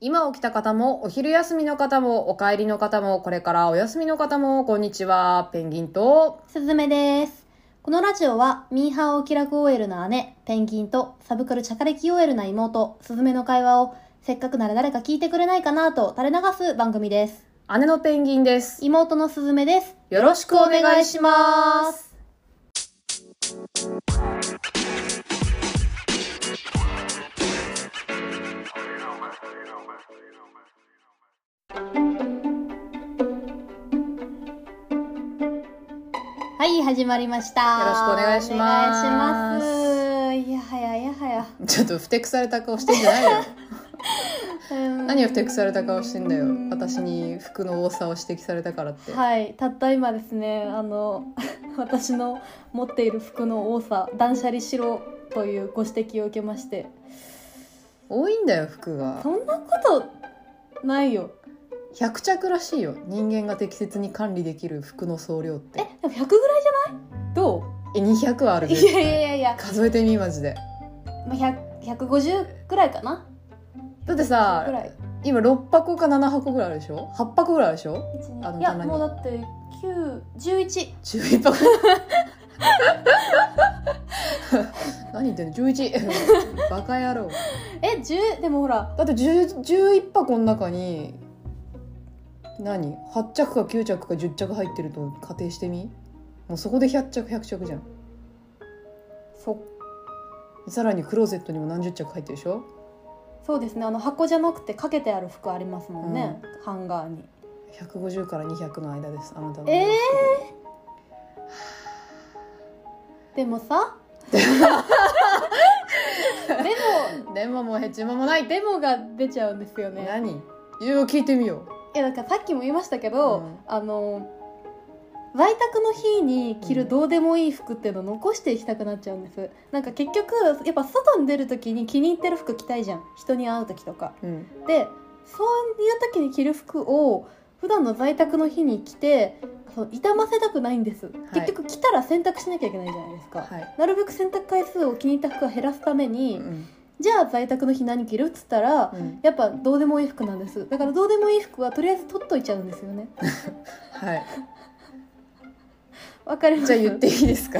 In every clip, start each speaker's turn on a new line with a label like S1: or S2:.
S1: 今起きた方も、お昼休みの方も、お帰りの方も、これからお休みの方も、こんにちは。ペンギンと、
S2: すずめです。このラジオは、ミーハーを気楽 OL な姉、ペンギンと、サブカルチャカレキ OL な妹、すずめの会話を、せっかくなら誰か聞いてくれないかなと垂れ流す番組です。
S1: 姉のペンギンです。
S2: 妹のすずめです。
S1: よろしくお願いします。
S2: はい、始まりました。
S1: よろしくお願いします
S2: お願いしますいやはやいやはや。
S1: ちょっとふてくされた顔してんじゃないよ。
S2: うん
S1: 何をふてくされた顔してんだよ。私に服の多さを指摘されたからって。
S2: はい、たった今ですね、あの 私の持っている服の多さ、断捨離しろというご指摘を受けまして、
S1: 多いんだよ、服が
S2: そ。んなことないよ。
S1: 100着らしいよ。人間が適切に管理できる服の総量って。
S2: でも100ぐらいじゃない？ど
S1: え、200はある
S2: う？い
S1: 絶
S2: や
S1: 対
S2: いやいやいや、
S1: 数えてみ、マジで。
S2: まあ100 150ぐらいかな。
S1: だってさ
S2: ぐ、らい。
S1: 今6箱か7箱ぐらいあるでしょ ?8 箱ぐらいあるでしょ
S2: 一
S1: あの
S2: 二いや
S1: 棚に
S2: もうだって9 11
S1: ?11 箱 何言ってんの ?11 バカ野郎
S2: え10でもほら
S1: だって10 11箱の中に何8着か9着か10着入ってると仮定してみもうそこで100着100着じゃん
S2: そ
S1: さらにクローゼットにも何十着入ってるでしょ
S2: そうですねあの箱じゃなくてかけてある服ありますもんね、ハンガーに。
S1: 150から200の間ですあなたの
S2: えー、で もさでも
S1: でももうヘチマもない
S2: でもが出ちゃうんですよね
S1: 何いろいろ聞いてみよう
S2: いやだからさっきも言いましたけど、
S1: うん
S2: あの在宅の日に着るどうでもいい服っていうのを残していきたくなっちゃうんです、なんか結局やっぱ外に出る時に気に入ってる服着たいじゃん人に会う時とか
S1: うん
S2: でそういう時に着る服を普段の在宅の日に着てそう傷ませたくないんです、結局着たら洗濯しなきゃいけないじゃないですか、
S1: はい、
S2: なるべく洗濯回数を気に入った服を減らすために、
S1: うん
S2: じゃあ在宅の日何着るっつったら、
S1: うん、
S2: やっぱどうでもいい服なんですだからどうでもいい服はとりあえず取っといちゃうんですよね
S1: はい
S2: わかりま
S1: じ
S2: す
S1: ゃあ言っていいですか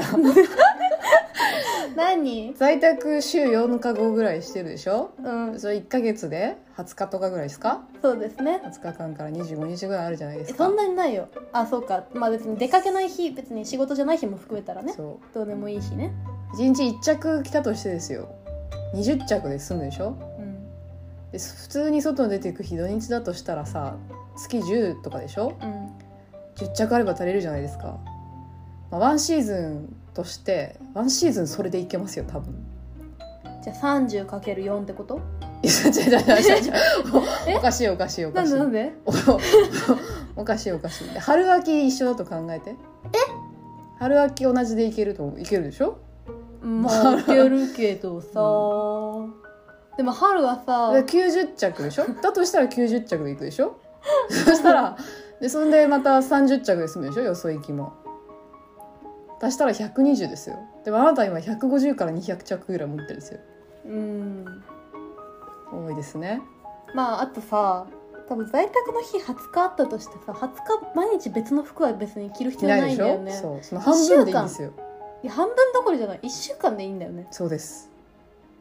S2: 何
S1: 在宅週4日後ぐらいしてるでしょ
S2: うん
S1: それ1ヶ月で20日とかぐらいですか
S2: そうですね
S1: 20日間から25日ぐらいあるじゃないで
S2: え
S1: すか
S2: そんなにないよあそうかまあ別に出かけない日別に仕事じゃない日も含めたらね
S1: そ
S2: どうでもいい日ね
S1: う1日1着着たとしてですよ20着で済むでしょ
S2: うん
S1: で普通に外に出ていく日土日だとしたらさ月10とかでしょ
S2: うん
S1: 10着あれば足りるじゃないですか、まあ、ワンシーズンとしてワンシーズンそれでいけますよ多分
S2: じゃあ 30×4 ってこと
S1: いや違う違う違う違う
S2: え
S1: おかしいおかしいお
S2: な
S1: か
S2: ん
S1: しい
S2: でなんで
S1: おおおかしいおかしいで春秋一緒だと考えてえ春秋同じでいけるといけるでしょ
S2: まあいけるけどさ、でも春はさ
S1: で90着でしょだとしたら90着でいくでしょそしたらでそんでまた30着で済むでしょよそ行きも足したら120ですよでもあなた今150から200着ぐらい持ってるんですよ
S2: うん
S1: 多いですね
S2: まああとさ多分在宅の日20日あったとしてさ20日毎日別の服は別に着る必
S1: 着
S2: 要
S1: ない
S2: な
S1: で
S2: いん
S1: し
S2: だよ
S1: ょ、
S2: ね
S1: そうその半分でいいんですよ
S2: いや半分どころじゃない1週間でいいんだよね
S1: そうです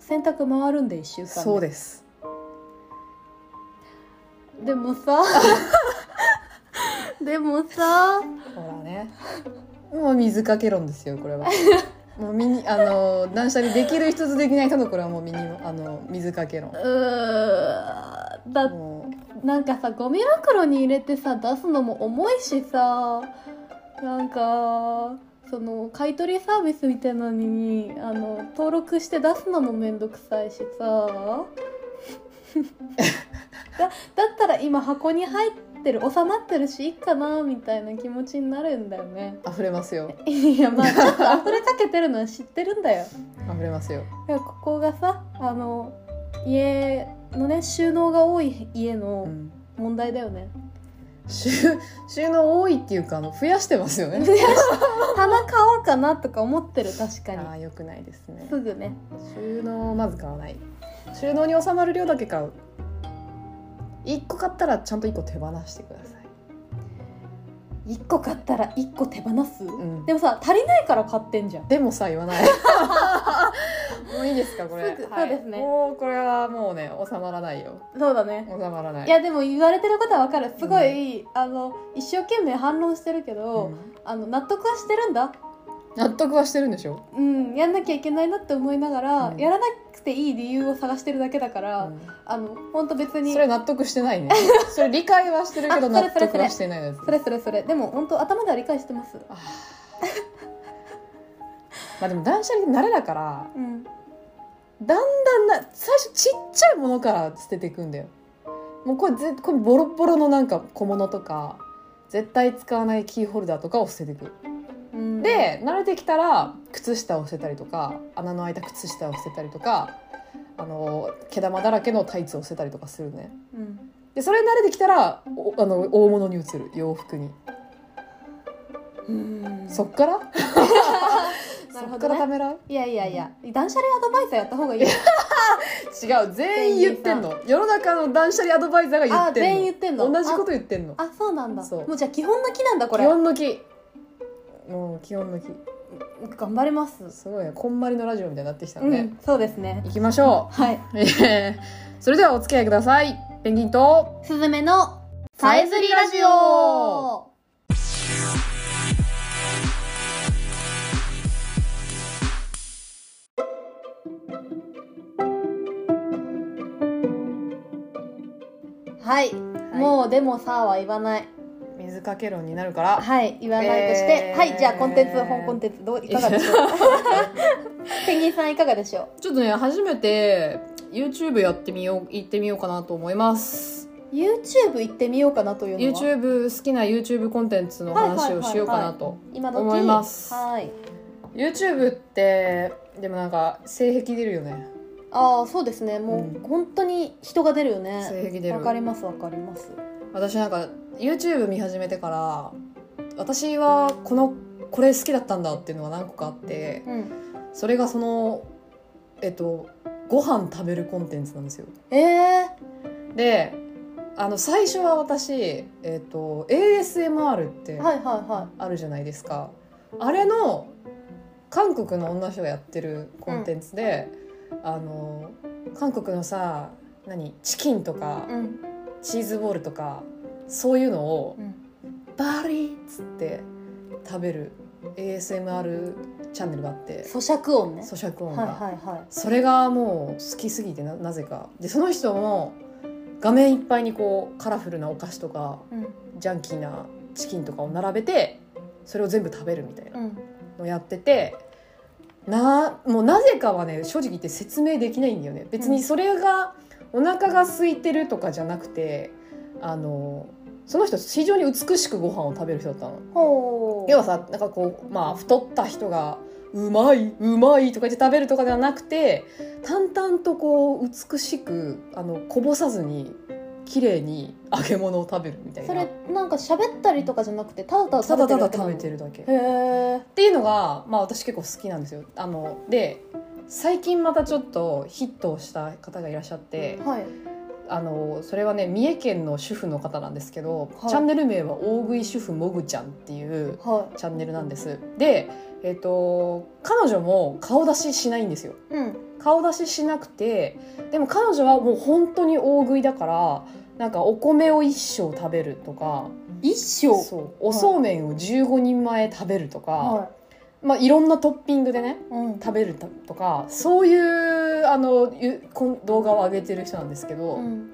S2: 洗濯回るんで1週間
S1: そうです
S2: すで もさでもさ
S1: ほらねもう水かけ論ですよこ れはもうミニあの断捨離できる人とできない人のこれはもうミニあの水かけ論
S2: うーだっ
S1: もう
S2: なんかさゴミ袋に入れてさ出すのも重いしさなんかその買い取りサービスみたいなのにあの登録して出すのもめんどくさいし さだだったら今箱に入ってる収まってるしいいかなみたいな気持ちになるんだよね
S1: 溢れますよ
S2: いやまあちょっと溢れかけてるのは知ってるんだよ
S1: 溢れますよ
S2: だからここがさあの家のね収納が多い家
S1: う
S2: の
S1: ん
S2: 問題だよね、
S1: 収収納多いっていうかあの増やしてますよね。
S2: 棚買おうかなとか思ってる確か
S1: ああ
S2: に
S1: 良くないですね。
S2: すぐね
S1: 収納をまず買わない。収納に収まる量だけ買う。 1個買ったらちゃんと1個手放してください
S2: 1個買ったら1個手放す、
S1: ん
S2: でもさ足りないから買ってんじゃん
S1: でもさ言わ ないもういいですかこれ
S2: すぐ
S1: はい
S2: そうですね
S1: もうこれはもうね収まらないよ
S2: そうだね
S1: 収まらない
S2: いやでも言われてることはわかるすごい、あの一生懸命反論してるけ
S1: う
S2: ど、
S1: ん
S2: あの納得はしてるんだ
S1: 納得はしてるんでしょ、
S2: うんやんなきゃいけないなって思いながら、
S1: うん
S2: やらなくていい理由を探してるだけだから、
S1: うん
S2: あの本当別に
S1: それ納得して ないねそれ理解はしてるけど
S2: あそ
S1: 納
S2: れそれそれ
S1: 得はしてないやつ
S2: それそれそれでも本当頭では理解してます
S1: あーまあでも断捨離って慣れだから
S2: うん
S1: だんだんな最初ちっちゃいものから捨てていくんだよもうこれぜこれボロボロのなんか小物とか絶対使わないキーホルダーとかを捨てていく
S2: うん
S1: で慣れてきたら靴下を捨てたりとか穴の開いた靴下を捨てたりとかあの毛玉だらけのタイツを捨てたりとかするね
S2: うん
S1: でそれに慣れてきたらおあの大物に移る洋服に
S2: うん
S1: そっから
S2: な
S1: そ
S2: る
S1: っか
S2: ほど
S1: ら
S2: ね
S1: ためらう
S2: いやいやいや断捨離アドバイザーやった方がいいよ
S1: 違う全員言ってんの世の中の断捨離アドバイザーが言ってんの
S2: あ全員言ってんの
S1: 同じこと言ってんの
S2: あそうなんだ
S1: そう
S2: もうじゃあ基本の木なんだこ
S1: 気
S2: れ
S1: 温の木もう気温の木
S2: 頑張ります、
S1: すごいねこんまりのラジオみたいになってきた
S2: う
S1: ね、
S2: んそうですね
S1: 行きましょ
S2: はい。
S1: うえーそれではお付き合いくださいペンギンと
S2: すずめの
S1: さえずりラジオ。
S2: はい、もうでもさあは言わない。
S1: 水かけ論になるから
S2: はい、言わないとして、
S1: えー
S2: はい、じゃあコンテンツ本コンテンツどういかがでしょ う。ペンギンさんいかがでしょ
S1: ちょっとね初めて YouTube やってみよう行ってみようかなと思います
S2: う。YouTube 行ってみようかなというのは。
S1: YouTube 好きな YouTube コンテンツの話をしようかなと
S2: 今時
S1: 思います
S2: はい。
S1: YouTube ってでもなんか性癖出るよね
S2: ああ、そうですね。も
S1: う
S2: うん本当に人が出るよね。
S1: 性癖出る
S2: わかりますわかります。
S1: 私なんか YouTube 見始めてから私はこのこれ好きだったんだっていうのが何個かあって
S2: うん。
S1: それがそのえっとご飯食べるコンテンツなんですよ
S2: ええ
S1: であの最初は私、えっと ASMR って
S2: ー。はいはいは
S1: あるじゃないですか、あれの韓国の女の人がやってるコンテンツで、あの韓国のさ何チキンとか
S2: い。うん。
S1: チーズボールとかそういうのを
S2: うん。
S1: バリーっつって食べる ASMR チャンネルがあって
S2: 咀嚼音ね。
S1: 咀嚼
S2: はい
S1: 音が、
S2: はいはい。
S1: それがもう好きすぎてななぜかでその人も画面いっぱいにこうカラフルなお菓子とか
S2: うん。
S1: ジャンキーなチキンとかを並べてそれを全部食べるみたいな
S2: うん。
S1: のをやっててなもうなぜかはね正直言って説明できないんだよね別にそれがお腹が空いてるとかじゃなくてあのその人非常に美しくご飯を食べる人だったの。
S2: ほう。
S1: 要はさなんかこうまあ太った人がうまいうまいとか言って食べるとかではなくて淡々とこう美しくあのこぼさずに綺麗に揚げ物を食べるみたいな
S2: それなんか喋ったりとかじゃなくてただただ
S1: ただただ食
S2: 食
S1: べ
S2: べ
S1: て
S2: てる
S1: るだけっ
S2: だけなの。へえ。
S1: ていうのがまあ私結構好きなんですよあので最近またちょっとヒットをした方がいらっしゃって
S2: はい。
S1: あのそれはね三重県の主婦の方なんですけど、
S2: はい
S1: チャンネル名は大食い主婦もぐちゃんっていう
S2: は
S1: チャンネルなんですで、えっと彼女も顔出ししないんですよ
S2: い。うん。
S1: 顔出ししなくてでも彼女はもう本当に大食いだからなんかお米を一生食べるとか
S2: 一生。
S1: そうおそうめんを15人前食べるとか、、
S2: はい
S1: まあ、いろんなトッピングでね
S2: い。うん。
S1: 食べるとかそういうあのゆこん動画を上げてる人なんですけど、
S2: うん。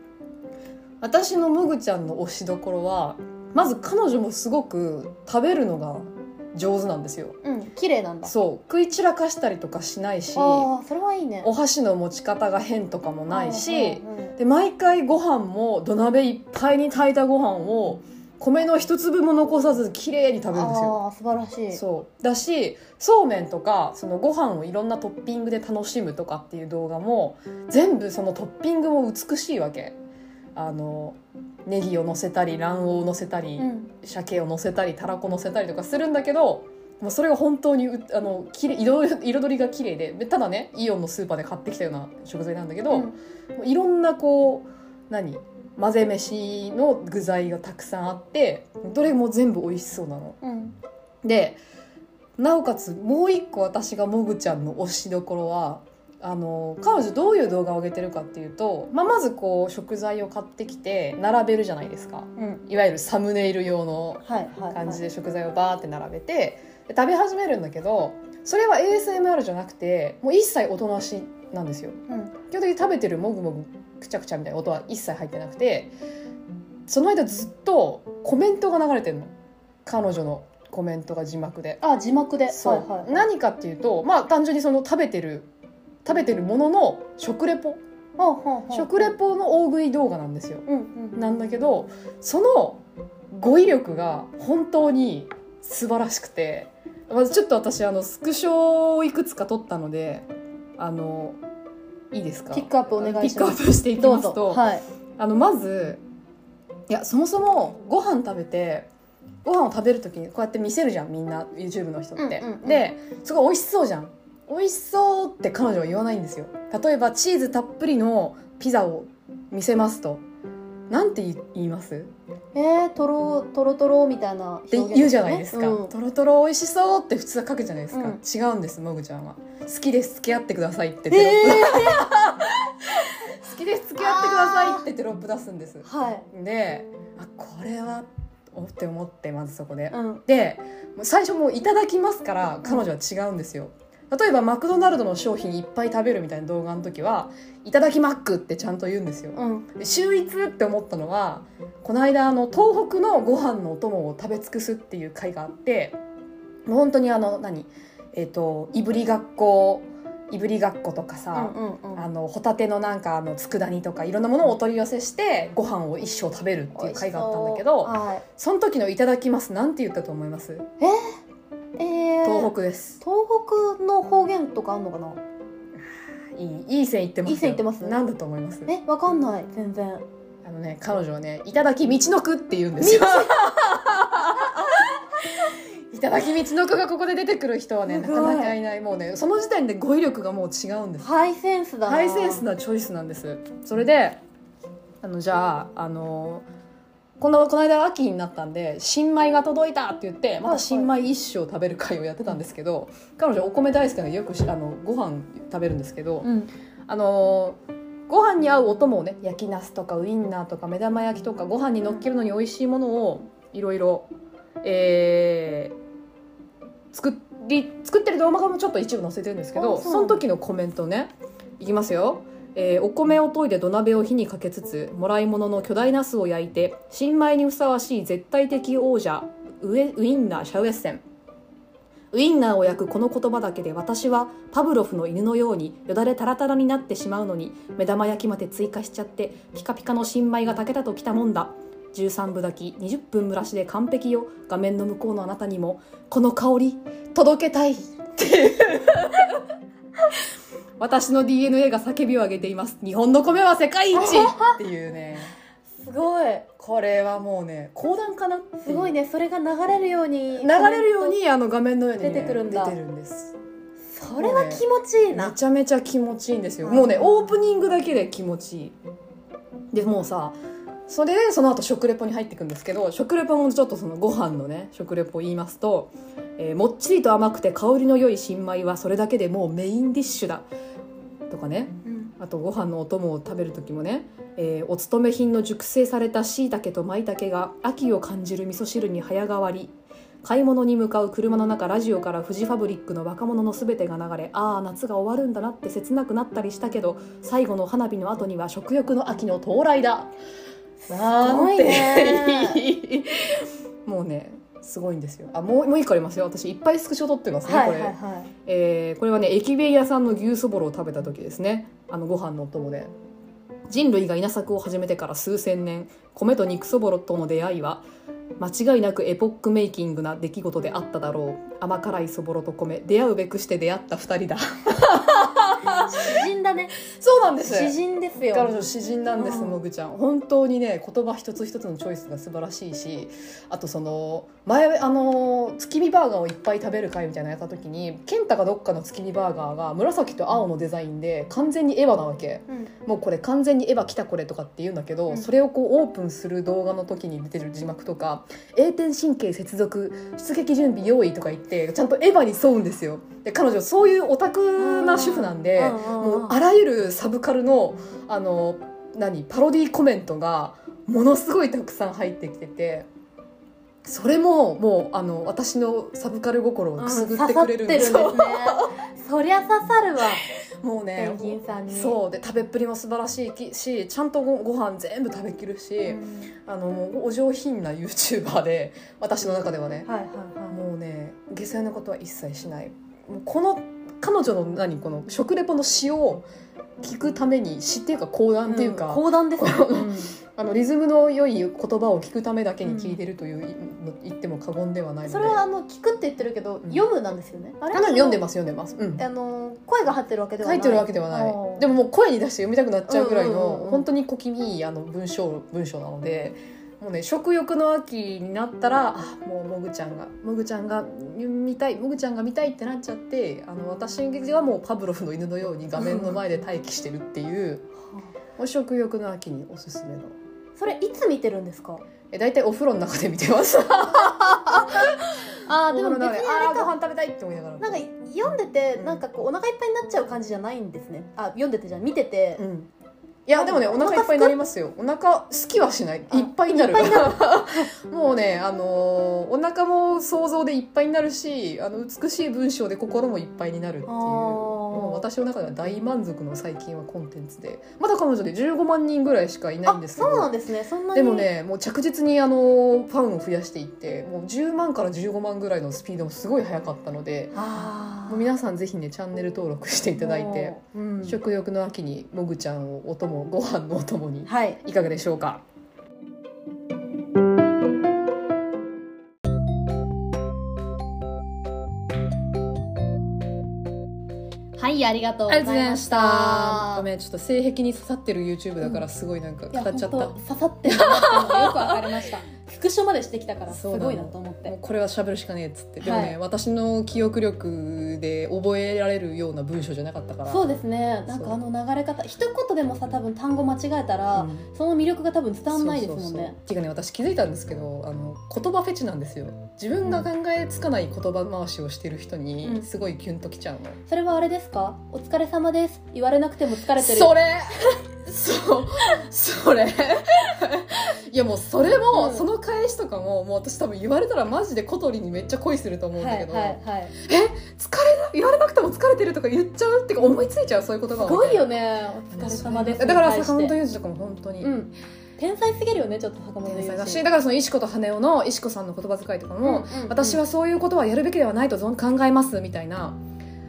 S1: 私のもぐちゃんの推しどころはまず彼女もすごく食べるのが上手なんですよ。
S2: うん。綺麗なんだ。
S1: そう食い散らかしたりとかしないしお
S2: ああ、それはいいね。
S1: 箸の持ち方が変とかもないし
S2: うんうん
S1: で毎回ご飯も土鍋いっぱいに炊いたご飯を米の一粒も残さず綺麗に食べるんですよ。
S2: ああ、素晴らしい。
S1: そうだしそうめんとかそのご飯をいろんなトッピングで楽しむとかっていう動画も全部そのトッピングも美しいわけ。あのネギをのせたり卵黄をのせたり、
S2: うん。
S1: 鮭を乗せたりたらこ乗せたりとかするんだけどもうそれが本当にうあのきれ彩り彩りが綺麗ででただねイオンのスーパーで買ってきたような食材なんだけど、
S2: う
S1: も
S2: ん
S1: ういろんなこう何混ぜ飯の具材がたくさんあってどれも全部美味しそうなの。
S2: うん
S1: でなおかつもう一個私がもぐちゃんの推しどころはあの彼女どういう動画を上げてるかっていうと、まあ、まずこう食材を買ってきて並べるじゃないですか
S2: うん
S1: いわゆるサムネイル用の
S2: はいはい、はい、
S1: 感じで食材をバーって並べてで食べ始めるんだけどそれは ASMR じゃなくてもう一切おとなしなんですよ。
S2: うん
S1: 基本的に食べてるもぐもぐくちゃくちゃみたいな音は一切入ってなくてその間ずっとコメントが流れてるの彼女のコメントが字幕で。
S2: あ字幕で
S1: そう、
S2: はいはい
S1: 何かっていうとまあ単純にその食べてる食べてるものの食レポ
S2: ほうほうほう
S1: 食レポの大食い動画なんですよ
S2: うんうん
S1: なんだけどその語彙力が本当に素晴らしくてまずちょっと私あのスクショをいくつか撮ったのであのいいですか
S2: ピックアップお願いします
S1: ピックアップしていき
S2: ど
S1: ま
S2: う
S1: す
S2: ぞ
S1: と
S2: はい
S1: あのまずいやそもそもご飯食べてご飯を食べる時にこうやって見せるじゃんみんな YouTube の人って、
S2: うんうんうん
S1: ですごい美味しそうじゃん美味しそうって彼女は言わないんですよ例えばチーズたっぷりのピザを見せますとなんて言います
S2: えー、とろとろとろみたいな
S1: っ
S2: 表
S1: て
S2: 現ね
S1: 言うじゃないですか、
S2: うん
S1: とろとろ美味しそうって普通は書くじゃないですか、
S2: うん
S1: 違うんですもぐちゃんは好きです付き合ってくださいってテロップ、
S2: えー、
S1: 好きです付き合ってくださいってテロップ出すんです
S2: はい
S1: であこれはおって思ってまずそこで、
S2: うん
S1: でもう最初もう「いただきます」から彼女は違うんですよ例えばマクドナルドの商品いっぱい食べるみたいな動画の時は「いただきマック」ってちゃんと言うんですよ、
S2: うん
S1: で秀逸って思ったのはこの間あの東北のご飯のお供を食べ尽くすっていう回があってもう本当にあの何えっ、といぶりがっこいぶりがっことかさ、
S2: うんうんうん
S1: あのホタテのなんかあの佃煮とかいろんなものをお取り寄せしてご飯を一生食べるっていう回があったんだけど
S2: 美味しそうはい
S1: その時の「いただきます」なんて言ったと思います
S2: えー、
S1: 東北です
S2: 東北の方言とかあんのかない
S1: いいい線いってますよ
S2: いい線いってます
S1: なんだと思います
S2: えわかんない全然
S1: あのね彼女はね「いただき道のく」って言うんですよ いただき道のくがここで出てくる人はねな
S2: すごい
S1: かなかいないもうねその時点で語彙力がもう違うんです
S2: ハイセンスだな
S1: ハイセンスなチョイスなんですそれであのじゃああのこのこの間秋になったんで新米が届いたって言ってま
S2: はいは
S1: た
S2: い
S1: 新米一生食べる会をやってたんですけど、彼女お米大好きなのでよくしあのご飯食べるんですけど、
S2: うん
S1: あのご飯に合うお供をね焼きナスとかウインナーとか目玉焼きとかご飯に乗っけるのに美味しいものをいろいろえー作り作ってる動画もちょっと一部載せてるんですけど
S2: あそう
S1: その時のコメントねいきますよ。えーお米を研いで土鍋を火にかけつつもらい物の巨大ナスを焼いて新米にふさわしい絶対的王者ウエウインナーシャウエッセンウインナーを焼くこの言葉だけで私はパブロフの犬のようによだれタラタラになってしまうのに目玉焼きまで追加しちゃってピカピカの新米が炊けたときたもんだ13分炊き20分蒸らしで完璧よ画面の向こうのあなたにもこの香り届けたいっていう私の DNA が叫びを上げています日本の米は世界一っていうね
S2: すごい
S1: これはもうね講談かなってう
S2: すごいねそれが流れるように
S1: 流れるようにあの画面のように、ね、
S2: 出てくるんだ
S1: 出てるんです
S2: それは気持ちいい
S1: め
S2: な
S1: ちゃめちゃ気持ちいいんですよ
S2: はい
S1: もうねオープニングだけで気持ちいいでもうさそれでその後食レポに入っていくんですけど食レポもちょっとそのご飯のね食レポを言いますと、えーもっちりと甘くて香りの良い新米はそれだけでもうメインディッシュだ」とかね
S2: うん
S1: あとご飯のお供を食べる時もね、えーお勤め品の熟成されたしいたけとまいたけが秋を感じる味噌汁に早変わり買い物に向かう車の中ラジオからフジファブリックの若者のすべてが流れああ夏が終わるんだなって切なくなったりしたけど最後の花火の後には食欲の秋の到来だなんて
S2: す ご
S1: もうねすごいんですよあもうもう一個ありますよ私いっぱいスクショ撮ってますね、
S2: はい
S1: こ
S2: は
S1: れ、
S2: いは
S1: えーこれはね駅弁屋さんの牛そぼろを食べた時ですねあのご飯のお供で人類が稲作を始めてから数千年米と肉そぼろとの出会いは間違いなくエポックメイキングな出来事であっただろう甘辛いそぼろと米出会うべくして出会った2人だ
S2: い詩人だね
S1: そうなん です
S2: 詩人ですよ
S1: 彼女詩人なんです
S2: うん
S1: もぐちゃん本当にね言葉一つ一つのチョイスが素晴らしいしあとその前あの月見バーガーをいっぱい食べる会みたいなのやった時に健太がどっかの月見バーガーが紫と青のデザインで完全にエヴァなわけ
S2: うん
S1: もうこれ完全にエヴァ来たこれとかって言うんだけど、
S2: うん
S1: それをこうオープンする動画の時に出てる字幕とか「栄転神経接続出撃準備用意」とか言ってちゃんとエヴァに沿うんですよ。で彼女そういうオタクな主婦なんで、
S2: うんうんうん
S1: もうあらゆるサブカルのあの何パロディコメントがものすごいたくさん入ってきててそれももうあの私のサブカル心を
S2: うん
S1: くすぐってくれるんですよ、
S2: 刺さってるんですねそりゃ刺さるわ
S1: もう
S2: ペ
S1: ね
S2: ンギンさんに
S1: そうで食べっぷりも素晴らしいきしちゃんとごご飯全部食べきるし、
S2: うん
S1: あのもうお上品な YouTuber で私の中ではね、
S2: はいはいは
S1: もうね下世話なことは一切しないもうこの彼女の何この食レポの詩を聞くために詩っていうか講
S2: い
S1: 談っていうか、
S2: ん講談ですね
S1: こう
S2: うん
S1: あのリズムの良い言葉を聞くためだけに聞いてるという、言っても過言ではないので
S2: それはあの聞くって言ってるけど、
S1: うん
S2: 読むなんですよねあ
S1: あ
S2: れ
S1: でも読んでます読んでます、うん、
S2: あの声が張ってるわけでは
S1: 書
S2: ない
S1: いてるわけではない
S2: おー
S1: でももう声に出して読みたくなっちゃうぐらい
S2: うんうんうん
S1: の
S2: うん
S1: 本当に小気味いいあの文章文章なのでもうね食欲の秋になったらあもうもぐちゃんがもぐちゃんが見たいもぐちゃんが見たいってなっちゃってあの私はもうパブロフの犬のように画面の前で待機してるっていうもう食欲の秋におすすめの。
S2: それいつ見てるんですか
S1: え大体お風呂の中で見てます。
S2: あ
S1: あ
S2: ーでも別に
S1: あ
S2: あ
S1: ー
S2: れ
S1: ご
S2: か
S1: 飯食べたいって思いながら。
S2: なんか読んでてなんかこうお腹いっぱいになっちゃう感じじゃないんですねあ読んでてじゃん見てて、
S1: うん。いやでもねお腹いっぱいになりますよ。お腹好きはしない。いっ
S2: あ
S1: ぱいになる
S2: いっぱい に。
S1: もうねあのーお腹も想像でいっぱいになるし、あの美しい文章で心もいっぱいになるっていう。
S2: あー
S1: もう私の中では大満足の最近はコンテンツで、まだ彼女で15万人ぐらいしかいないん
S2: あ
S1: ですけ
S2: そうな
S1: ど
S2: ん。ですねそんな
S1: で
S2: に
S1: もねもう着実にあのファンを増やしていってもう10万から15万ぐらいのスピードもすごい速かったので
S2: あー
S1: もう皆さんぜひねチャンネル登録していただいて、
S2: もううん
S1: 食欲の秋にもぐちゃんをお供ご飯のお供に
S2: はい
S1: いかがでしょうか
S2: はいありがとうご
S1: ありがと
S2: ざい
S1: うござい
S2: ま
S1: ま
S2: し
S1: した
S2: た
S1: ごめんちょっと性癖に刺さってる YouTube だからすごいなんか
S2: いや
S1: 語っ
S2: 本
S1: ちゃ
S2: 当
S1: った、も
S2: 刺さってるなっていうのがよくわかりま したスクショまでしてきたからす
S1: そうなの
S2: ごいなと思って
S1: うこれは喋るしかねえっつってでもね、
S2: はい
S1: 私の記憶力で覚えられるような文章じゃなかったから
S2: そう
S1: で
S2: ですねなんかあの流れ方一言でもさ多分単語間違えたら、
S1: ん
S2: その魅力が多分伝わんないですもんね
S1: そうそうそうっていうかね私気づいたんですけどあの言葉フェチなんですよ自分が考えつかない言葉回しをしてる人
S2: う
S1: に
S2: ん
S1: すごいキュンときちゃうの、
S2: それはあれですかお疲れ様です言われなくても疲れてる
S1: それ そうそれ いやもうそれも、
S2: うん
S1: その返しとかももう私多分言われたらマジで小鳥にめっちゃ恋すると思うん
S2: は
S1: だ
S2: い
S1: け
S2: はい
S1: ど、
S2: はい
S1: 疲れな言われなくても疲れてるとか言っちゃうっていうか思いついちゃうそういう言葉
S2: す
S1: は
S2: ごいよねお疲れ様です
S1: だから
S2: に対して
S1: 坂本龍二とかも本当に、
S2: うん天才すぎるよねちょっと坂本龍
S1: 天
S2: 一
S1: 才だしだからその石子と羽男の石子さんの言葉遣いとかも、
S2: うんうん
S1: 私はそういうことはやるべきではないと存考えますみたいな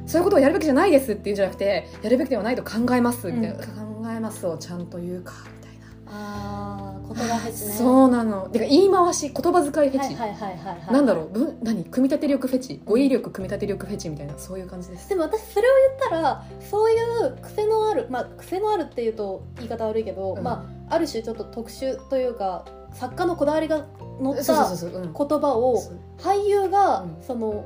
S1: そういうことをやるべきじゃないですっていうんじゃなくてやるべきではないと考えますみたいな、考えますをちゃんと言うかみたいな、
S2: ああ言葉フェチね
S1: そうなのてか言い回し言葉遣いフェチ、
S2: はいはいはいはいはい
S1: なんだろうぶん何組み立て力フェチ語彙力組み立て力フェチみたいなそういう感じです
S2: でも私それを言ったらそういう癖のあるまあ癖のあるっていうと言い方悪いけど、
S1: うん
S2: まあある種ちょっと特殊というか作家のこだわりが乗った言
S1: そうそうそうそう、うん、
S2: 葉を俳優が
S1: うん
S2: その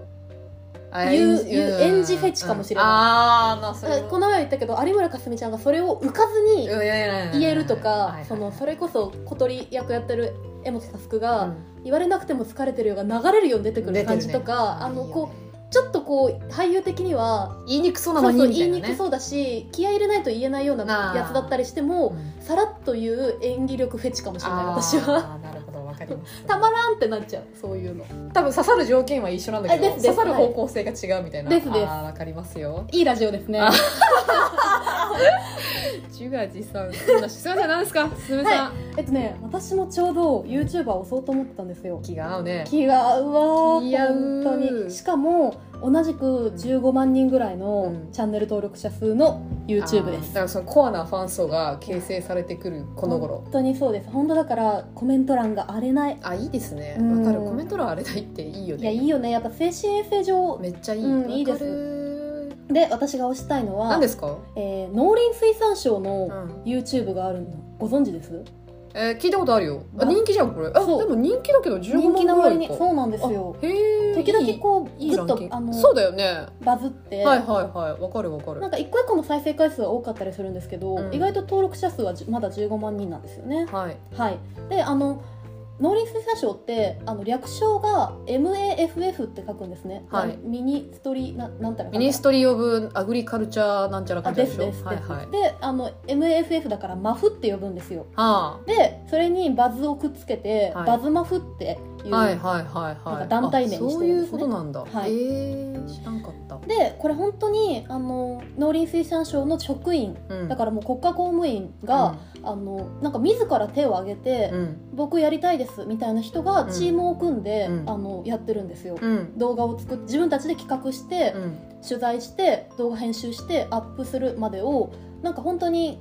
S1: あ
S2: 言う
S1: 演じ
S2: 言う演じフェチかもしれない
S1: うんああまあそれ
S2: えこの前言ったけど有村架純ちゃんがそれを浮かずに言えるとかそのそ
S1: れ
S2: れこそ小鳥役やってる柄本佑が言われなくても疲れてるよが流れるように出てくる感じとかあのこうちょっとこう俳優的には
S1: 言いにくそう
S2: そ
S1: な
S2: う
S1: のに
S2: そう
S1: みた
S2: 言い
S1: いな
S2: にく
S1: ね
S2: そうだし気合い入れないと言えないような
S1: あー
S2: やつだったりしても
S1: うん
S2: さらっと言う演技力フェチかもしれない私は
S1: あ ーなるほどわかります
S2: たまらんってなっちゃうそういうの
S1: 多分刺さる条件は一緒なんだけ
S2: あ
S1: ど
S2: ですです
S1: 刺さる方向性が違うみたいな
S2: ですです
S1: あーわかりますよ
S2: いいラジオですね
S1: あ
S2: は
S1: 自画自賛するなしすいません何ですかすみません、
S2: いえっとね私もちょうど YouTuber を押そうと思ってたんですよ
S1: 気が合うね
S2: 気が合うわー
S1: 気合う
S2: 本当にしかも同じく15万人ぐらいうの
S1: ん
S2: チャンネル登録者数の YouTube で
S1: あーだ
S2: す
S1: からそのコアなファン層が形成されてくるこの頃
S2: 本当にそうです本当だからコメント欄が荒れない
S1: あいいですね
S2: う
S1: わ
S2: ん
S1: かるコメント欄あれないっていいよ
S2: いや
S1: ね
S2: いいよねやっぱ精神衛生上
S1: めっちゃいい、
S2: うんいいです
S1: わかる
S2: で私が推したいのは
S1: 何ですか、
S2: えー農林水産省の
S1: ん
S2: YouTube があるのご存知です
S1: えー聞いたことあるよあ人気じゃんこれあで
S2: そう
S1: も人気だけど15
S2: 人
S1: 万
S2: 気の
S1: ぐら
S2: 割
S1: い
S2: に
S1: か
S2: そうなんですよ
S1: へえ
S2: 時々こう
S1: いい
S2: グ
S1: ラ
S2: ッ
S1: ン
S2: と
S1: キング
S2: あ
S1: そ
S2: の
S1: うだよね
S2: バズって
S1: はいはいはいわかるわかる
S2: なんか一個一個の再生回数は多かったりするんですけど、
S1: うん
S2: 意外と登録者数はじまだ15万人なんですよね。
S1: はい
S2: はい、であの農林水産省ってあの略称が MAFF って書くんですね、
S1: はい
S2: あのミニストリななんたら
S1: ミ
S2: かんたら
S1: ニストリー・オブ・アグリカルチャーなんちゃらか
S2: あ
S1: んちゃ
S2: で
S1: らし
S2: す
S1: ょ
S2: ですです、
S1: はいはいは
S2: であの MAFF だからマフって呼ぶんですよ
S1: あ
S2: でそれにバズをくっつけて、
S1: はい
S2: バズマフっていう、
S1: はいはいはい
S2: なん
S1: は
S2: か
S1: い
S2: 団体名にしてるんですね
S1: あそういうことなんだ、
S2: はい
S1: えー、知らんかった
S2: でこれ本当にあの農林水産省の職員
S1: うん
S2: だからもう国家公務員が、あのなんか自ら手を挙げて、
S1: うん
S2: 僕やりたいですみたいな人が
S1: うん
S2: チームを組んで、
S1: うん
S2: あのやってるんですよ、
S1: うんうん
S2: 動画を作って自分たちで企画して、
S1: うん
S2: 取材して動画編集してアップするまでをなんか本当に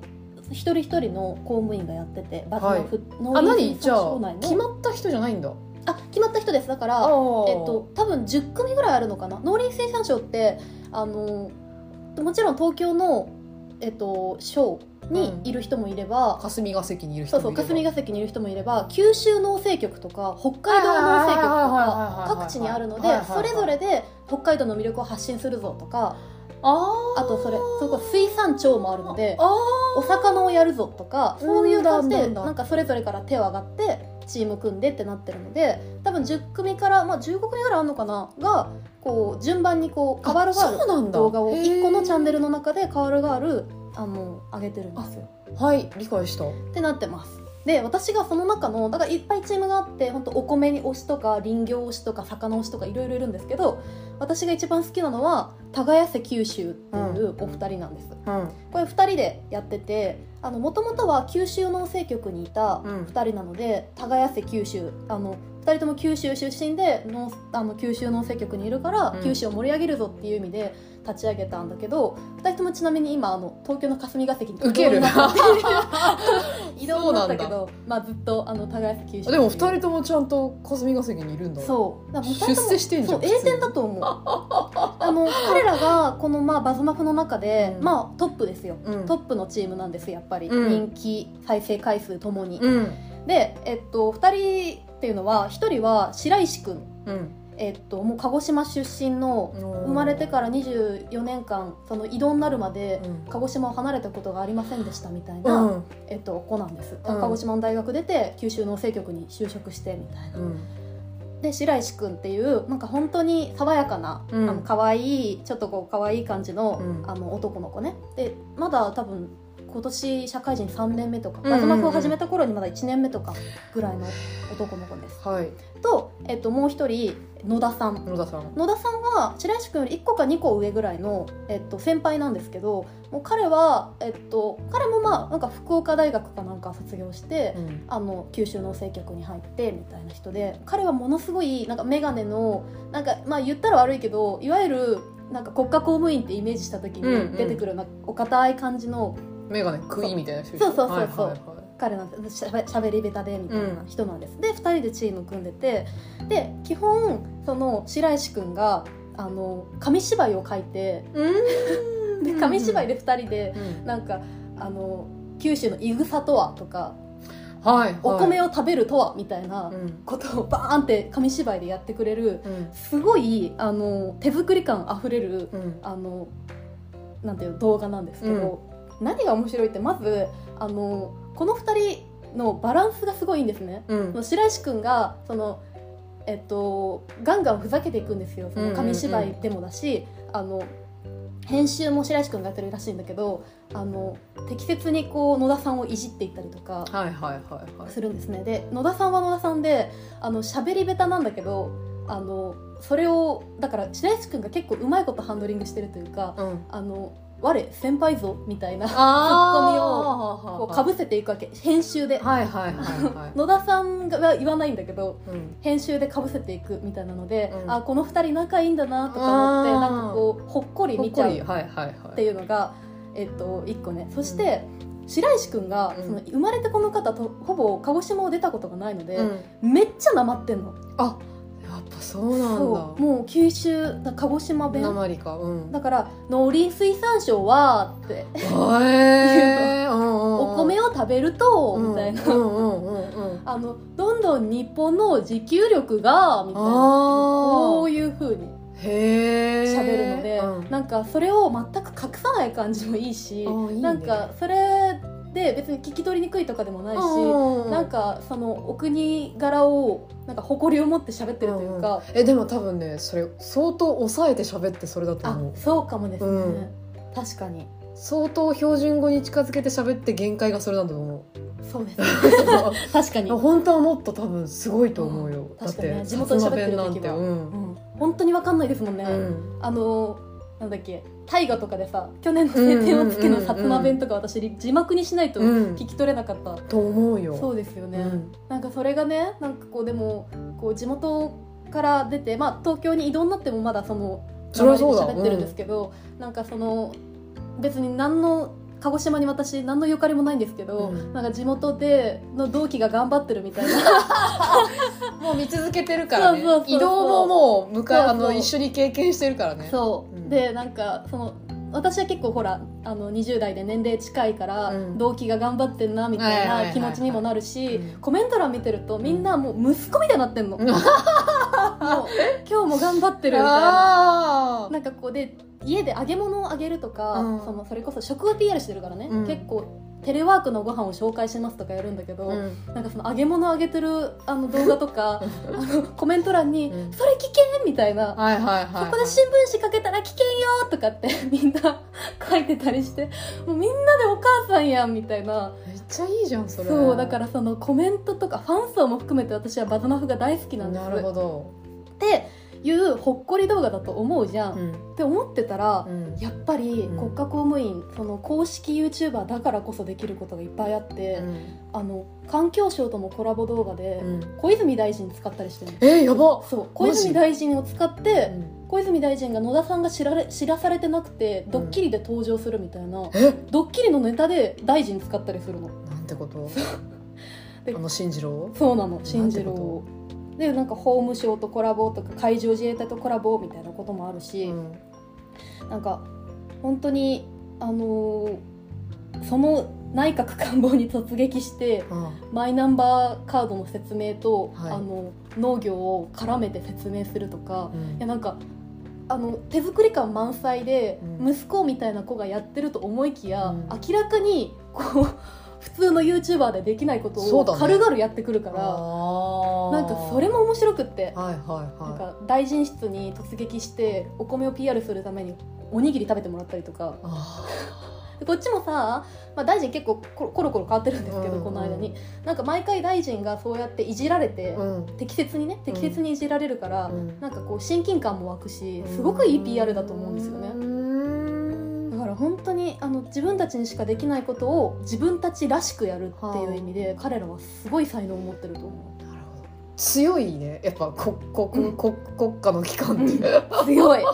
S2: 一人一人の公務員がやっててバズのふ、
S1: あ
S2: 農
S1: 何
S2: 林
S1: じ
S2: 水
S1: ゃ
S2: 産
S1: あ
S2: 省内の
S1: 決まった人じゃないんだ
S2: あ決まった人ですだから
S1: あー
S2: えっと、多分10組ぐらいあるのかな農林水産省ってあのもちろん東京の、えっと、省にいる人もいれば、
S1: 霞が関にいる人
S2: そう
S1: もい
S2: そ
S1: れば
S2: う霞が関にいる人もいれば九州農政局とか北海道農
S1: はいは
S2: 政局と
S1: いはいはいはいはい
S2: か各地にあるので
S1: はいはいはい
S2: それぞれで北海道の魅力を発信するぞとか
S1: あー
S2: あとそれそれこそ水産庁もあるので
S1: あ
S2: お魚をやるぞとかそういう感じ
S1: うんな
S2: で
S1: んだ
S2: なんかそれぞれから手を上がってチーム組んでってなってるので多分10組から、まあ、15組ぐらいあるのかながこう順番にこ
S1: ー
S2: う変わるがある
S1: そうなんだ
S2: 動画を
S1: へー
S2: 1個のチャンネルの中で変わるがあるあの上げてるんですよ。
S1: はい理解した
S2: ってなってますで私がその中のだからいっぱいチームがあって本当お米に推しとか林業推しとか魚推しとかいろいろいるんですけど私が一番好きなのは耕せ九州っていうお二人なんです、
S1: うん
S2: これ二人でやっててもともとは九州農政局にいた
S1: うん
S2: 二人なので耕せ九州あの二人とも九州出身で農あの九州農政局にいるから、
S1: うん
S2: 九州を盛り上げるぞっていう意味で立ち上げたんだけど二人ともちなみに今あの東京の霞が関に
S1: ウケる
S2: 移動になって移
S1: そ
S2: 動
S1: う
S2: に
S1: な
S2: なん
S1: だ
S2: ったけど、まあ、ずっとあの耕す九州
S1: あでも二人ともちゃんと霞が関にいるんだ
S2: そうだからもう二
S1: 出世
S2: 人とも
S1: してんじ
S2: そ
S1: ゃ
S2: うん栄転だと思うあの彼らがこの、まあ、バズマフの中で、
S1: うん
S2: まあ、トップですよ
S1: うん
S2: トップのチームなんですやっぱり、
S1: うん
S2: 人気再生回数ともに、
S1: うん
S2: で、えっと、2人っていうのは1人は白石くん、
S1: うん
S2: えっと、もう鹿児島出身の生
S1: 生
S2: まれてから24年間その異動になるまで
S1: うん
S2: 鹿児島を離れたことがありませんでしたみたいうな、
S1: ん
S2: えっと、子なんです、
S1: うん
S2: 鹿児島の大学出て九州農政局に就職してみたいな、
S1: うん
S2: で白石くんっていうなんか本当に爽やかな、
S1: うん
S2: あの可愛いちょっとこう可愛い感じの,、
S1: うん
S2: あの男の子ねでまだ多分今年社会人3年目とか
S1: うんうんう
S2: バ
S1: ん
S2: ズマフを始めた頃にまだ1年目とかぐらいの男の子です、
S1: はい
S2: と、えっと、もう一人野田さん
S1: 野田さん
S2: 野田さんは白石くんより1個か2個上ぐらいの、えっと、先輩なんですけどもう彼は、えっと、彼もまあなんか福岡大学かなんか卒業して、
S1: うん
S2: あの九州農政局に入ってみたいな人で彼はものすごいなんか眼鏡のなんかまあ言ったら悪いけどいわゆるなんか国家公務員ってイメージした時
S1: うんうん
S2: に出てくるようなお堅い感じの
S1: メガネクイみたいな人でしょ
S2: そうそうそうそう
S1: はいはいはい
S2: 彼なんですしゃべしゃべり下手でみたいな
S1: うん
S2: 人なんです、で2人でチーム組んでてで基本その白石くんがあの紙芝居を書いて
S1: うん
S2: で紙芝居で2人で
S1: うん
S2: なんかあの九州のいぐさとはとか
S1: はいはい
S2: お米を食べるとはみたいな
S1: うん
S2: ことをバーンって紙芝居でやってくれる
S1: うん
S2: すごいあの手作り感あふれる
S1: うん
S2: あのなんていうの動画なんですけど、何が面白いってまずあのこの2人のバランスがすごいんですね。
S1: う
S2: そ
S1: ん
S2: の白石くんがそのえっと、ガンガンふざけていくんですよその紙芝居でもだし、あの編集も白石くんがやってるらしいんだけどあの適切にこう野田さんをいじっていったりとか
S1: はいはいはいはい
S2: するんですねで野田さんは野田さんであの喋り下手なんだけどあのそれをだから白石君が結構うまいことハンドリングしてるというか
S1: うん
S2: 「あの我先輩ぞ」みたいな
S1: あー
S2: こうかぶせていくわけ編集で
S1: はいはいはいはい
S2: 野田さんがは言わないんだけど
S1: うん
S2: 編集でかぶせていくみたいなので、
S1: うん
S2: あこの2人仲いいんだなとか思って
S1: あー
S2: なんかこうほっこり見ちゃう
S1: ほっこりはいはいはい
S2: っていうのが、えっと、1個ねそして、白石君が、
S1: うん
S2: その生まれてこの方とほぼ鹿児島を出たことがないので、
S1: うん
S2: めっちゃなまってんの
S1: あやっぱそそうなん
S2: そう
S1: だ
S2: もう九州だ鹿児島
S1: な
S2: 弁
S1: まりかうん
S2: だから農林水産省はって
S1: へえお
S2: お米を食べるとみたいな、
S1: うんうんうんうん
S2: あのどんどん日本の自給力がみたいなこ
S1: あ
S2: ういう風に
S1: あへえ
S2: 喋るので、
S1: うん
S2: なんかそれを全く隠さない感じもいいし
S1: あーいいね
S2: なんかそれで別に聞き取りにくいとかでもないし、
S1: うん
S2: なんかそのお国柄をなんか誇りを持って喋ってるというか、
S1: えでも多分ねそれ相当抑えて喋ってそれだと思
S2: あ
S1: う
S2: そうかもですね、
S1: うん
S2: 確かに
S1: 相当標準語に近づけて喋って限界がそれなんだと 思う
S2: そ うです
S1: そ
S2: 確かに、
S1: う本当はもっと多分すごいと思うよ、
S2: うん
S1: だっ
S2: 確かに
S1: て
S2: ね地元で喋ってる時は
S1: 薩摩弁なんてうん、
S2: うん本当にわかんないですもんね、
S1: うん
S2: あのなんだっけ大河とかでさ去年の「青天を衝け」の薩摩弁とか私字幕にしないと
S1: うん
S2: 聞き取れなかった、
S1: と思うよ
S2: そうですよね、なんかそれがねなんかこうでもこう地元から出て、まあ、東京に移動になってもまだその
S1: そりゃそうだ
S2: 名前で喋ってるんですけど、なんかその別に何の鹿児島に私何のゆかりもないんですけど、
S1: うん
S2: なんか地元での同期が頑張ってるみたいな
S1: うんもう見続けてるからね
S2: そうそうそうそう
S1: 移動ももう向かい
S2: そう
S1: あ
S2: そう
S1: の一緒に経験してるからね
S2: そう、
S1: うん
S2: でなんかその私は結構ほらあの20代で年齢近いから、
S1: うん
S2: 同期が頑張ってんなみた
S1: はいはいはい
S2: い
S1: は
S2: ない気持ちにもなるし、
S1: うん
S2: コメント欄見てるとみんなもう息子みたいになってんの、もう今日も頑張ってるみたいな
S1: あー
S2: なんかこうで家で揚げ物をあげるとか、
S1: うん
S2: そのそれこそ食を PR してるからね、
S1: うん
S2: 結構テレワークのご飯を紹介しますとかやるんだけど、
S1: うん
S2: なんかその揚げ物をあげてるあの動画とかあのコメント欄に
S1: うん
S2: 「それ危険!」みたいな、
S1: はいはいはい、はい、
S2: ここで新聞紙かけたら危険よ!」とかって みんな書いてたりしてもうみんなでお母さんやんみたいな
S1: めっちゃいいじゃんそ
S2: そう
S1: れ
S2: だからそのコメントとかファン層も含めて私はバズマフが大好きなんです
S1: なるほど、
S2: っていうほっこり動画だと思うじゃん、
S1: う
S2: っ
S1: ん
S2: て思ってたら、
S1: うん、
S2: やっぱり
S1: うん
S2: 国家公務員、その公式 YouTuber だからこそできることがいっぱいあって、
S1: うん
S2: あの環境省とのコラボ動画で、
S1: うん
S2: 小泉大臣使ったりしてるの
S1: えー、やば、
S2: そう小泉大臣を使って
S1: うん
S2: 小泉大臣が野田さんが知られ知らされてなくてドッキリで登場するみたいな、
S1: え
S2: ドッキリのネタで大臣使ったりするの
S1: なんてこと
S2: で
S1: あの新次郎
S2: そうな
S1: て
S2: の
S1: こと
S2: 進次郎でなんか法務省とコラボとか海上自衛隊とコラボみたいなこともあるし、
S1: うん
S2: なんか本当にあのーその内閣官房に突撃して
S1: あ
S2: マイナンバーカードの説明と、
S1: はい
S2: あの農業を絡めて説明するとか
S1: う、ん
S2: いやなんかあの手作り感満載で、
S1: うん
S2: 息子みたいな子がやってると思いきや、
S1: うん
S2: 明らかにこう 普通の YouTuber でできないこと
S1: そう
S2: を
S1: だね
S2: 軽々やってくるから、
S1: あ
S2: なんかそれ
S1: も
S2: も面白くって。
S1: はいはい
S2: なん
S1: はい
S2: か大臣室に突撃してお米を PR するためにおにぎり食べてもらったりとか
S1: あ
S2: でこっちもさ、まあ、大臣結構コロコロコロ変わってるんですけど、
S1: うん
S2: この間になんか毎回大臣がそうやっていじられて、
S1: ーうん
S2: 適切にね適切にいじられるから、
S1: うん
S2: なんかこう親近感も湧くしすごくいい PR だと思うんですよね。だ
S1: ね
S2: から本当にあの自分たちにしかできないことを自分たちらしくやるっていう意味で、彼らはすごい才能を持ってると思
S1: 強いねやっぱ国国
S2: うん
S1: 国国家の機関って
S2: う強い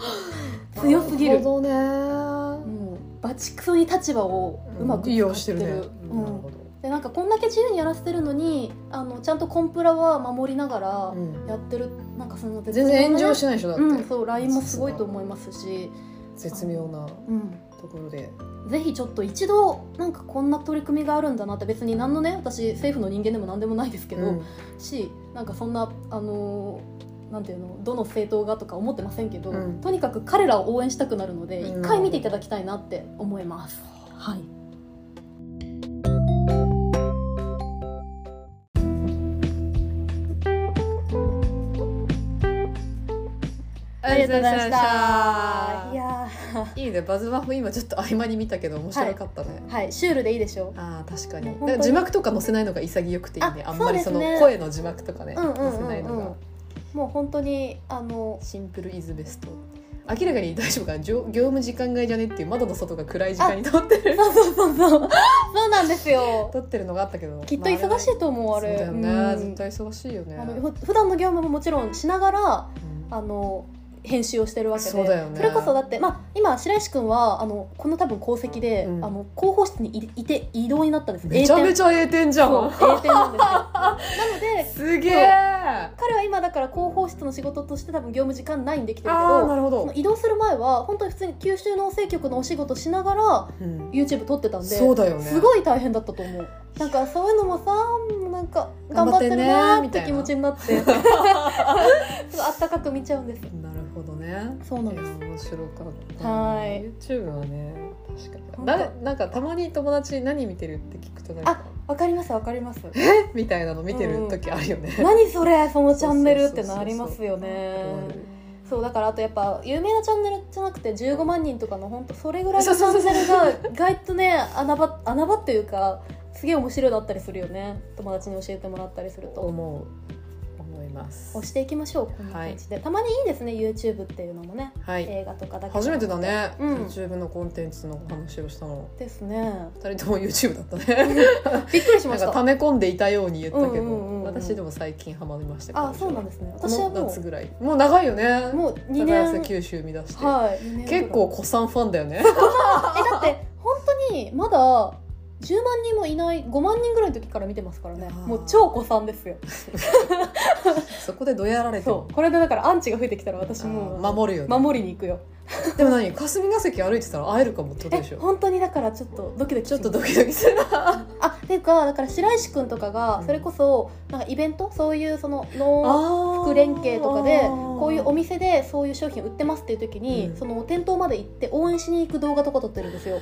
S2: 強すぎ
S1: なる
S2: る
S1: ほどね
S2: もうバチクソに立場をうまく使ってる,、
S1: 利用してるねなる
S2: うん
S1: ほ
S2: でなんかこんだけ自由にやらせてるのにあのちゃんとコンプラは守りなが
S1: ど
S2: ら
S1: うん
S2: やってる、なんかその
S1: 全然炎上
S2: し
S1: しないでしょだ
S2: う
S1: っ
S2: ん
S1: て
S2: そう LINE もすごいと思いますし、
S1: 絶妙な
S2: うん、
S1: ところで
S2: ぜひちょっと一度なんかこんな取り組みがあるんだなって別に何のね私政府の人間でも何でもないですけど、
S1: うん
S2: しなんかそんなあのーなんていうのどの政党がとか思ってませんけど、
S1: うん
S2: とにかく彼らを応援したくなるので
S1: うん
S2: 一回見ていただきたいなって思います。はい
S1: ありがとうございました
S2: いや
S1: いいねバズマフ今ちょっと合間に見たけど面白かったね、
S2: ーはいシュールでいいでしょ
S1: あー確か
S2: ね
S1: にだ
S2: 本当
S1: か
S2: に
S1: ら字幕とか載せないのが潔くていいね
S2: あ
S1: あんまりそ
S2: そ
S1: う
S2: で
S1: の
S2: すね
S1: 声の字幕とかね、
S2: う。うんうん
S1: 載
S2: う
S1: せ
S2: ん
S1: ないの
S2: う
S1: が
S2: ん。もう本当にあの
S1: シンプルイズベスト明らかに大丈夫かな業業務時間外じゃねっていう窓の外が暗い時間に撮ってる
S2: そうそうそうそうそうなんですよ。
S1: 撮ってるのがあったけど
S2: きっと忙しいと思うあれ。
S1: そうだよね、
S2: う
S1: 絶
S2: ん
S1: 対忙しいよね
S2: あのふ普段の業務ももちろんしながら
S1: うん
S2: あの編集をしてるわけで
S1: そうだよね
S2: れこそだって、まあ、今白石君はあのこの多分功績で、
S1: うん
S2: あの広報室にいいて異動になったんです
S1: めちゃめちゃ栄転じゃ
S2: そうん栄転なんですよなのです
S1: げえあ
S2: 彼は今だから広報室の仕事として多分業務時間ないんできてるけ
S1: あーな
S2: ど
S1: るほ
S2: その
S1: ど、
S2: 移動する前は本当に普通に九州農政局のお仕事しながら
S1: うん、
S2: YouTube 撮ってたんで
S1: そうだよね
S2: すごい大変だったと思うなんかそういうのもさなんか頑
S1: 頑張っ
S2: 張っ
S1: てて
S2: る
S1: ね
S2: なーっ
S1: みた
S2: て
S1: いな
S2: 気持ちになって すごいあったかく見ちゃうんです
S1: なるほどね
S2: そうなんです
S1: いや面白かった
S2: はい
S1: YouTube はね確か
S2: ほんと
S1: にななんかたまに友達何見てるって聞くとなんか
S2: わかりますわかります
S1: え みたいなの見てる時あるよね、
S2: 何 それそのチャンネルってなりますよ
S1: ある
S2: ね
S1: ある
S2: そうだからあとやっぱ有名なチャンネルじゃなくて15万人とかの本当それぐらい
S1: そ
S2: の
S1: う
S2: チャ
S1: そうそう
S2: ンネルが意外とね穴場穴場っていうかすげえ面白いだったりするよね友達に教えてもらったりすると
S1: 思う思います
S2: 押していきましょうこんな感じで、たまにいいですね YouTube っていうのもね
S1: はい
S2: 映画とかだけじ
S1: 初め
S2: ゃなく
S1: てだね、
S2: うん
S1: YouTube のコンテンツのお話をしたの
S2: ですね
S1: 二人とも YouTube だったね
S2: びっくりし
S1: な
S2: ま
S1: ん
S2: し
S1: か
S2: た
S1: 溜め込んでいたように言ったけど、
S2: うんうんうんうん
S1: 私でも最近ハマりました
S2: あそうなんですすね
S1: こ
S2: 私
S1: の
S2: はも
S1: 夏
S2: う
S1: ぐらいもう長いよね
S2: もう2
S1: 高安
S2: 年
S1: 九州見出して、
S2: はい二年ぐらい
S1: 結構子さんファンだよね
S2: えだって本当にまだ10万人もいない5万人ぐらいの時から見てますからね
S1: あー
S2: もう超子さんですよ
S1: そこでどやられて
S2: そ
S1: も
S2: うこれでだからアンチが増えてきたら私もう
S1: あー守るよね
S2: 守りに行くよ
S1: でも何霞が関歩いてたら会えるかもってこと
S2: え
S1: でしょ
S2: 本当にだから ちょっとドキドキ
S1: ちょっとド
S2: キ
S1: キドキするな
S2: あっていうかだから白石くんとかが
S1: うん
S2: それこそなんかイベントそういうその農
S1: 福
S2: 福連携とかでこういうお
S1: 店
S2: 店でそういう商品売ってますっていう時に、
S1: うん
S2: その店頭まで行って応援しに行く動画とか撮ってるんですよ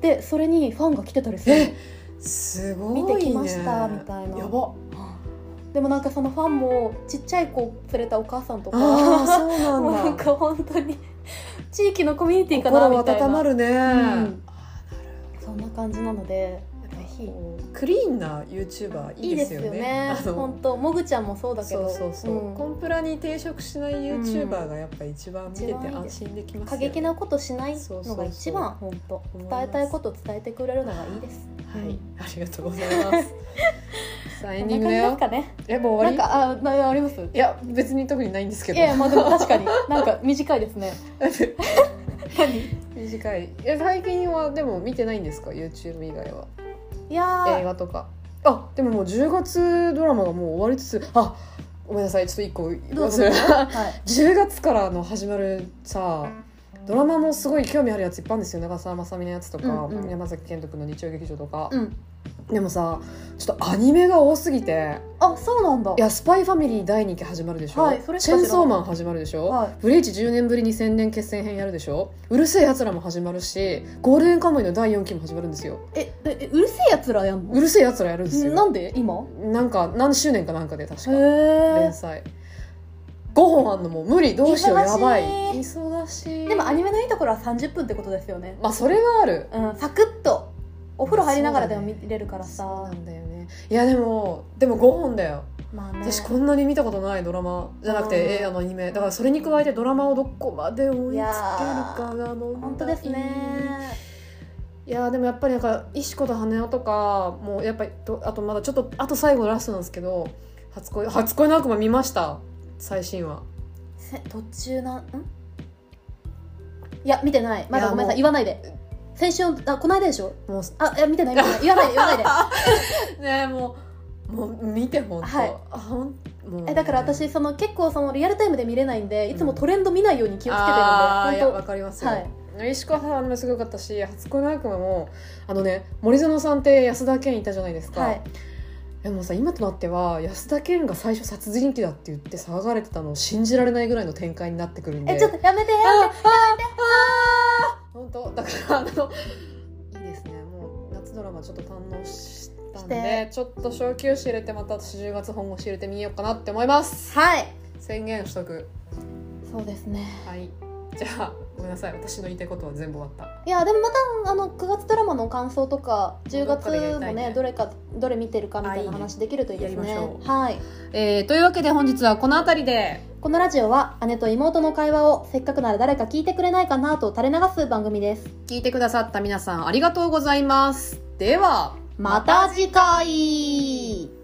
S2: でそれにファンが来てたりする
S1: えすごい、ね、
S2: 見てきましたみたいな
S1: や ば
S2: でもなんかそのファンもちっちゃい子を連れたお母さんとか
S1: ああ
S2: も
S1: そうなん
S2: う
S1: だ
S2: なんか本当に地域のコミュニティかな
S1: 心
S2: みたいな
S1: 温まるね、
S2: ん
S1: あ
S2: そんな感じなので
S1: ー
S2: ぜひ
S1: こうクリーンな YouTuber い
S2: い
S1: い
S2: い
S1: で
S2: ですす
S1: よ
S2: よ
S1: ね
S2: ね
S1: あの
S2: 本当もぐちゃんもそうだけ
S1: そ
S2: ど
S1: うそうそう、
S2: ん
S1: コンプラに抵触しない YouTuber がやっぱ一番見てて
S2: 一番いいです
S1: 安心できます
S2: 過
S1: よね
S2: 激なことしない
S1: そう
S2: の
S1: そうそ
S2: が
S1: う
S2: 一番本当
S1: 思います
S2: 伝えたいことを伝えてくれるのがいいです
S1: はい、ありがとうござ います。さあエンディングだ
S2: こん
S1: よ
S2: な。感じですかね
S1: え、もう
S2: な
S1: 終
S2: ん
S1: わ
S2: かあなあります
S1: り？いや、別に特にないんですけ
S2: い
S1: ど。
S2: やいやまあでも確かになんか短いですね何
S1: 短い。え、最近はでも見てないんですか？YouTube 以外は、
S2: いやー
S1: 映画とか。あ、でももう10月ドラマがもう終わりつつ、あ、ごめんなさい、ちょっと一個
S2: ど
S1: 忘
S2: うぞ
S1: れ。
S2: はい
S1: 10月からの始まるさ。ドラマもすごい興味あるやついっぱいあるんですよ長澤まさみのやつとか、
S2: うんうん
S1: 山崎賢人君の日曜劇場とか、
S2: うん
S1: でもさちょっとアニメが多すぎて
S2: あそうなんだ
S1: いや、スパイファミリー第2期始まるでしょ、
S2: はいそれし
S1: チ
S2: か
S1: ェン
S2: 知らない
S1: ソーマン始まるでしょ、
S2: はい
S1: ブリーチ10年ぶりに千年決戦編やるでしょうるせえやつらも始まるしゴールデンカムイの第4期も始まるんですよ
S2: えええうるせえやつらやんの
S1: うるせえやつらやるんですよ
S2: なんで今
S1: なんか何周年かなんかで確か
S2: へ
S1: 連載5本あんのもう無理どうしよう
S2: 忙しい
S1: やばい忙しい
S2: でもアニメのいいところは30分ってことですよね
S1: まあそれはある
S2: うんサクッとお風呂入りながらでも見れるから
S1: そうな
S2: さ、
S1: んだよねいやでもでも5本だよ
S2: まあね
S1: 私こんなに見たことないドラマじゃなくて
S2: うん
S1: 映画のアニメだからそれに加えてドラマをどこまで追いつける
S2: いや
S1: かがもう
S2: 本当ですね
S1: いやーでもやっぱりなんか石子と羽男とかもうやっぱりとあとまだちょっとあと最後ラストなんですけど初恋初恋の悪魔見ました最新話
S2: せ途中なんんいや見てないま
S1: い
S2: だ
S1: や
S2: ごめんなさい
S1: もう
S2: 言わないで先週のあこの間でしょ
S1: もう
S2: あいや見てない見てない言わ ないで言わないで
S1: ねえもうもう見てほんと、
S2: はい
S1: あほんもうね
S2: えだから私その結構そのリアルタイムで見れないんでいつもトレンド見ないように気をつけてるんで、
S1: あーいや
S2: 本
S1: わかります
S2: 当
S1: よ、
S2: はい
S1: 石子さんもすごかったし初恋の悪魔もあのね森園さんって安田健いたじゃないですか、
S2: はい
S1: でもさ今となっては安田健が最初殺人鬼だって言って騒がれてたのを信じられないぐらいの展開になってくるんで
S2: えちょっとやめて
S1: ああ本当だからあのいいですねもう夏ドラマちょっと堪能したん
S2: して
S1: でちょっと小休止入れてまた私10月本腰入れてみようかなって思います
S2: はい
S1: 宣言しとく
S2: そうですね
S1: はいじゃあごめんなさい私の言いたいことは全部終わった
S2: いやでもまたあの9月ドラマの感想とか10月
S1: どっかでやり
S2: も
S1: たい
S2: ね
S1: ね
S2: どれかどれ見てるかみたい
S1: あいい
S2: な
S1: ね
S2: 話できるといいですね
S1: やりましょう
S2: はい
S1: えー、というわけで本日はこの辺りで
S2: このラジオは姉と妹の会話をせっかくなら誰か聞いてくれないかなと垂れ流す番組です
S1: 聞いてくださった皆さんありがとうございますでは
S2: また次回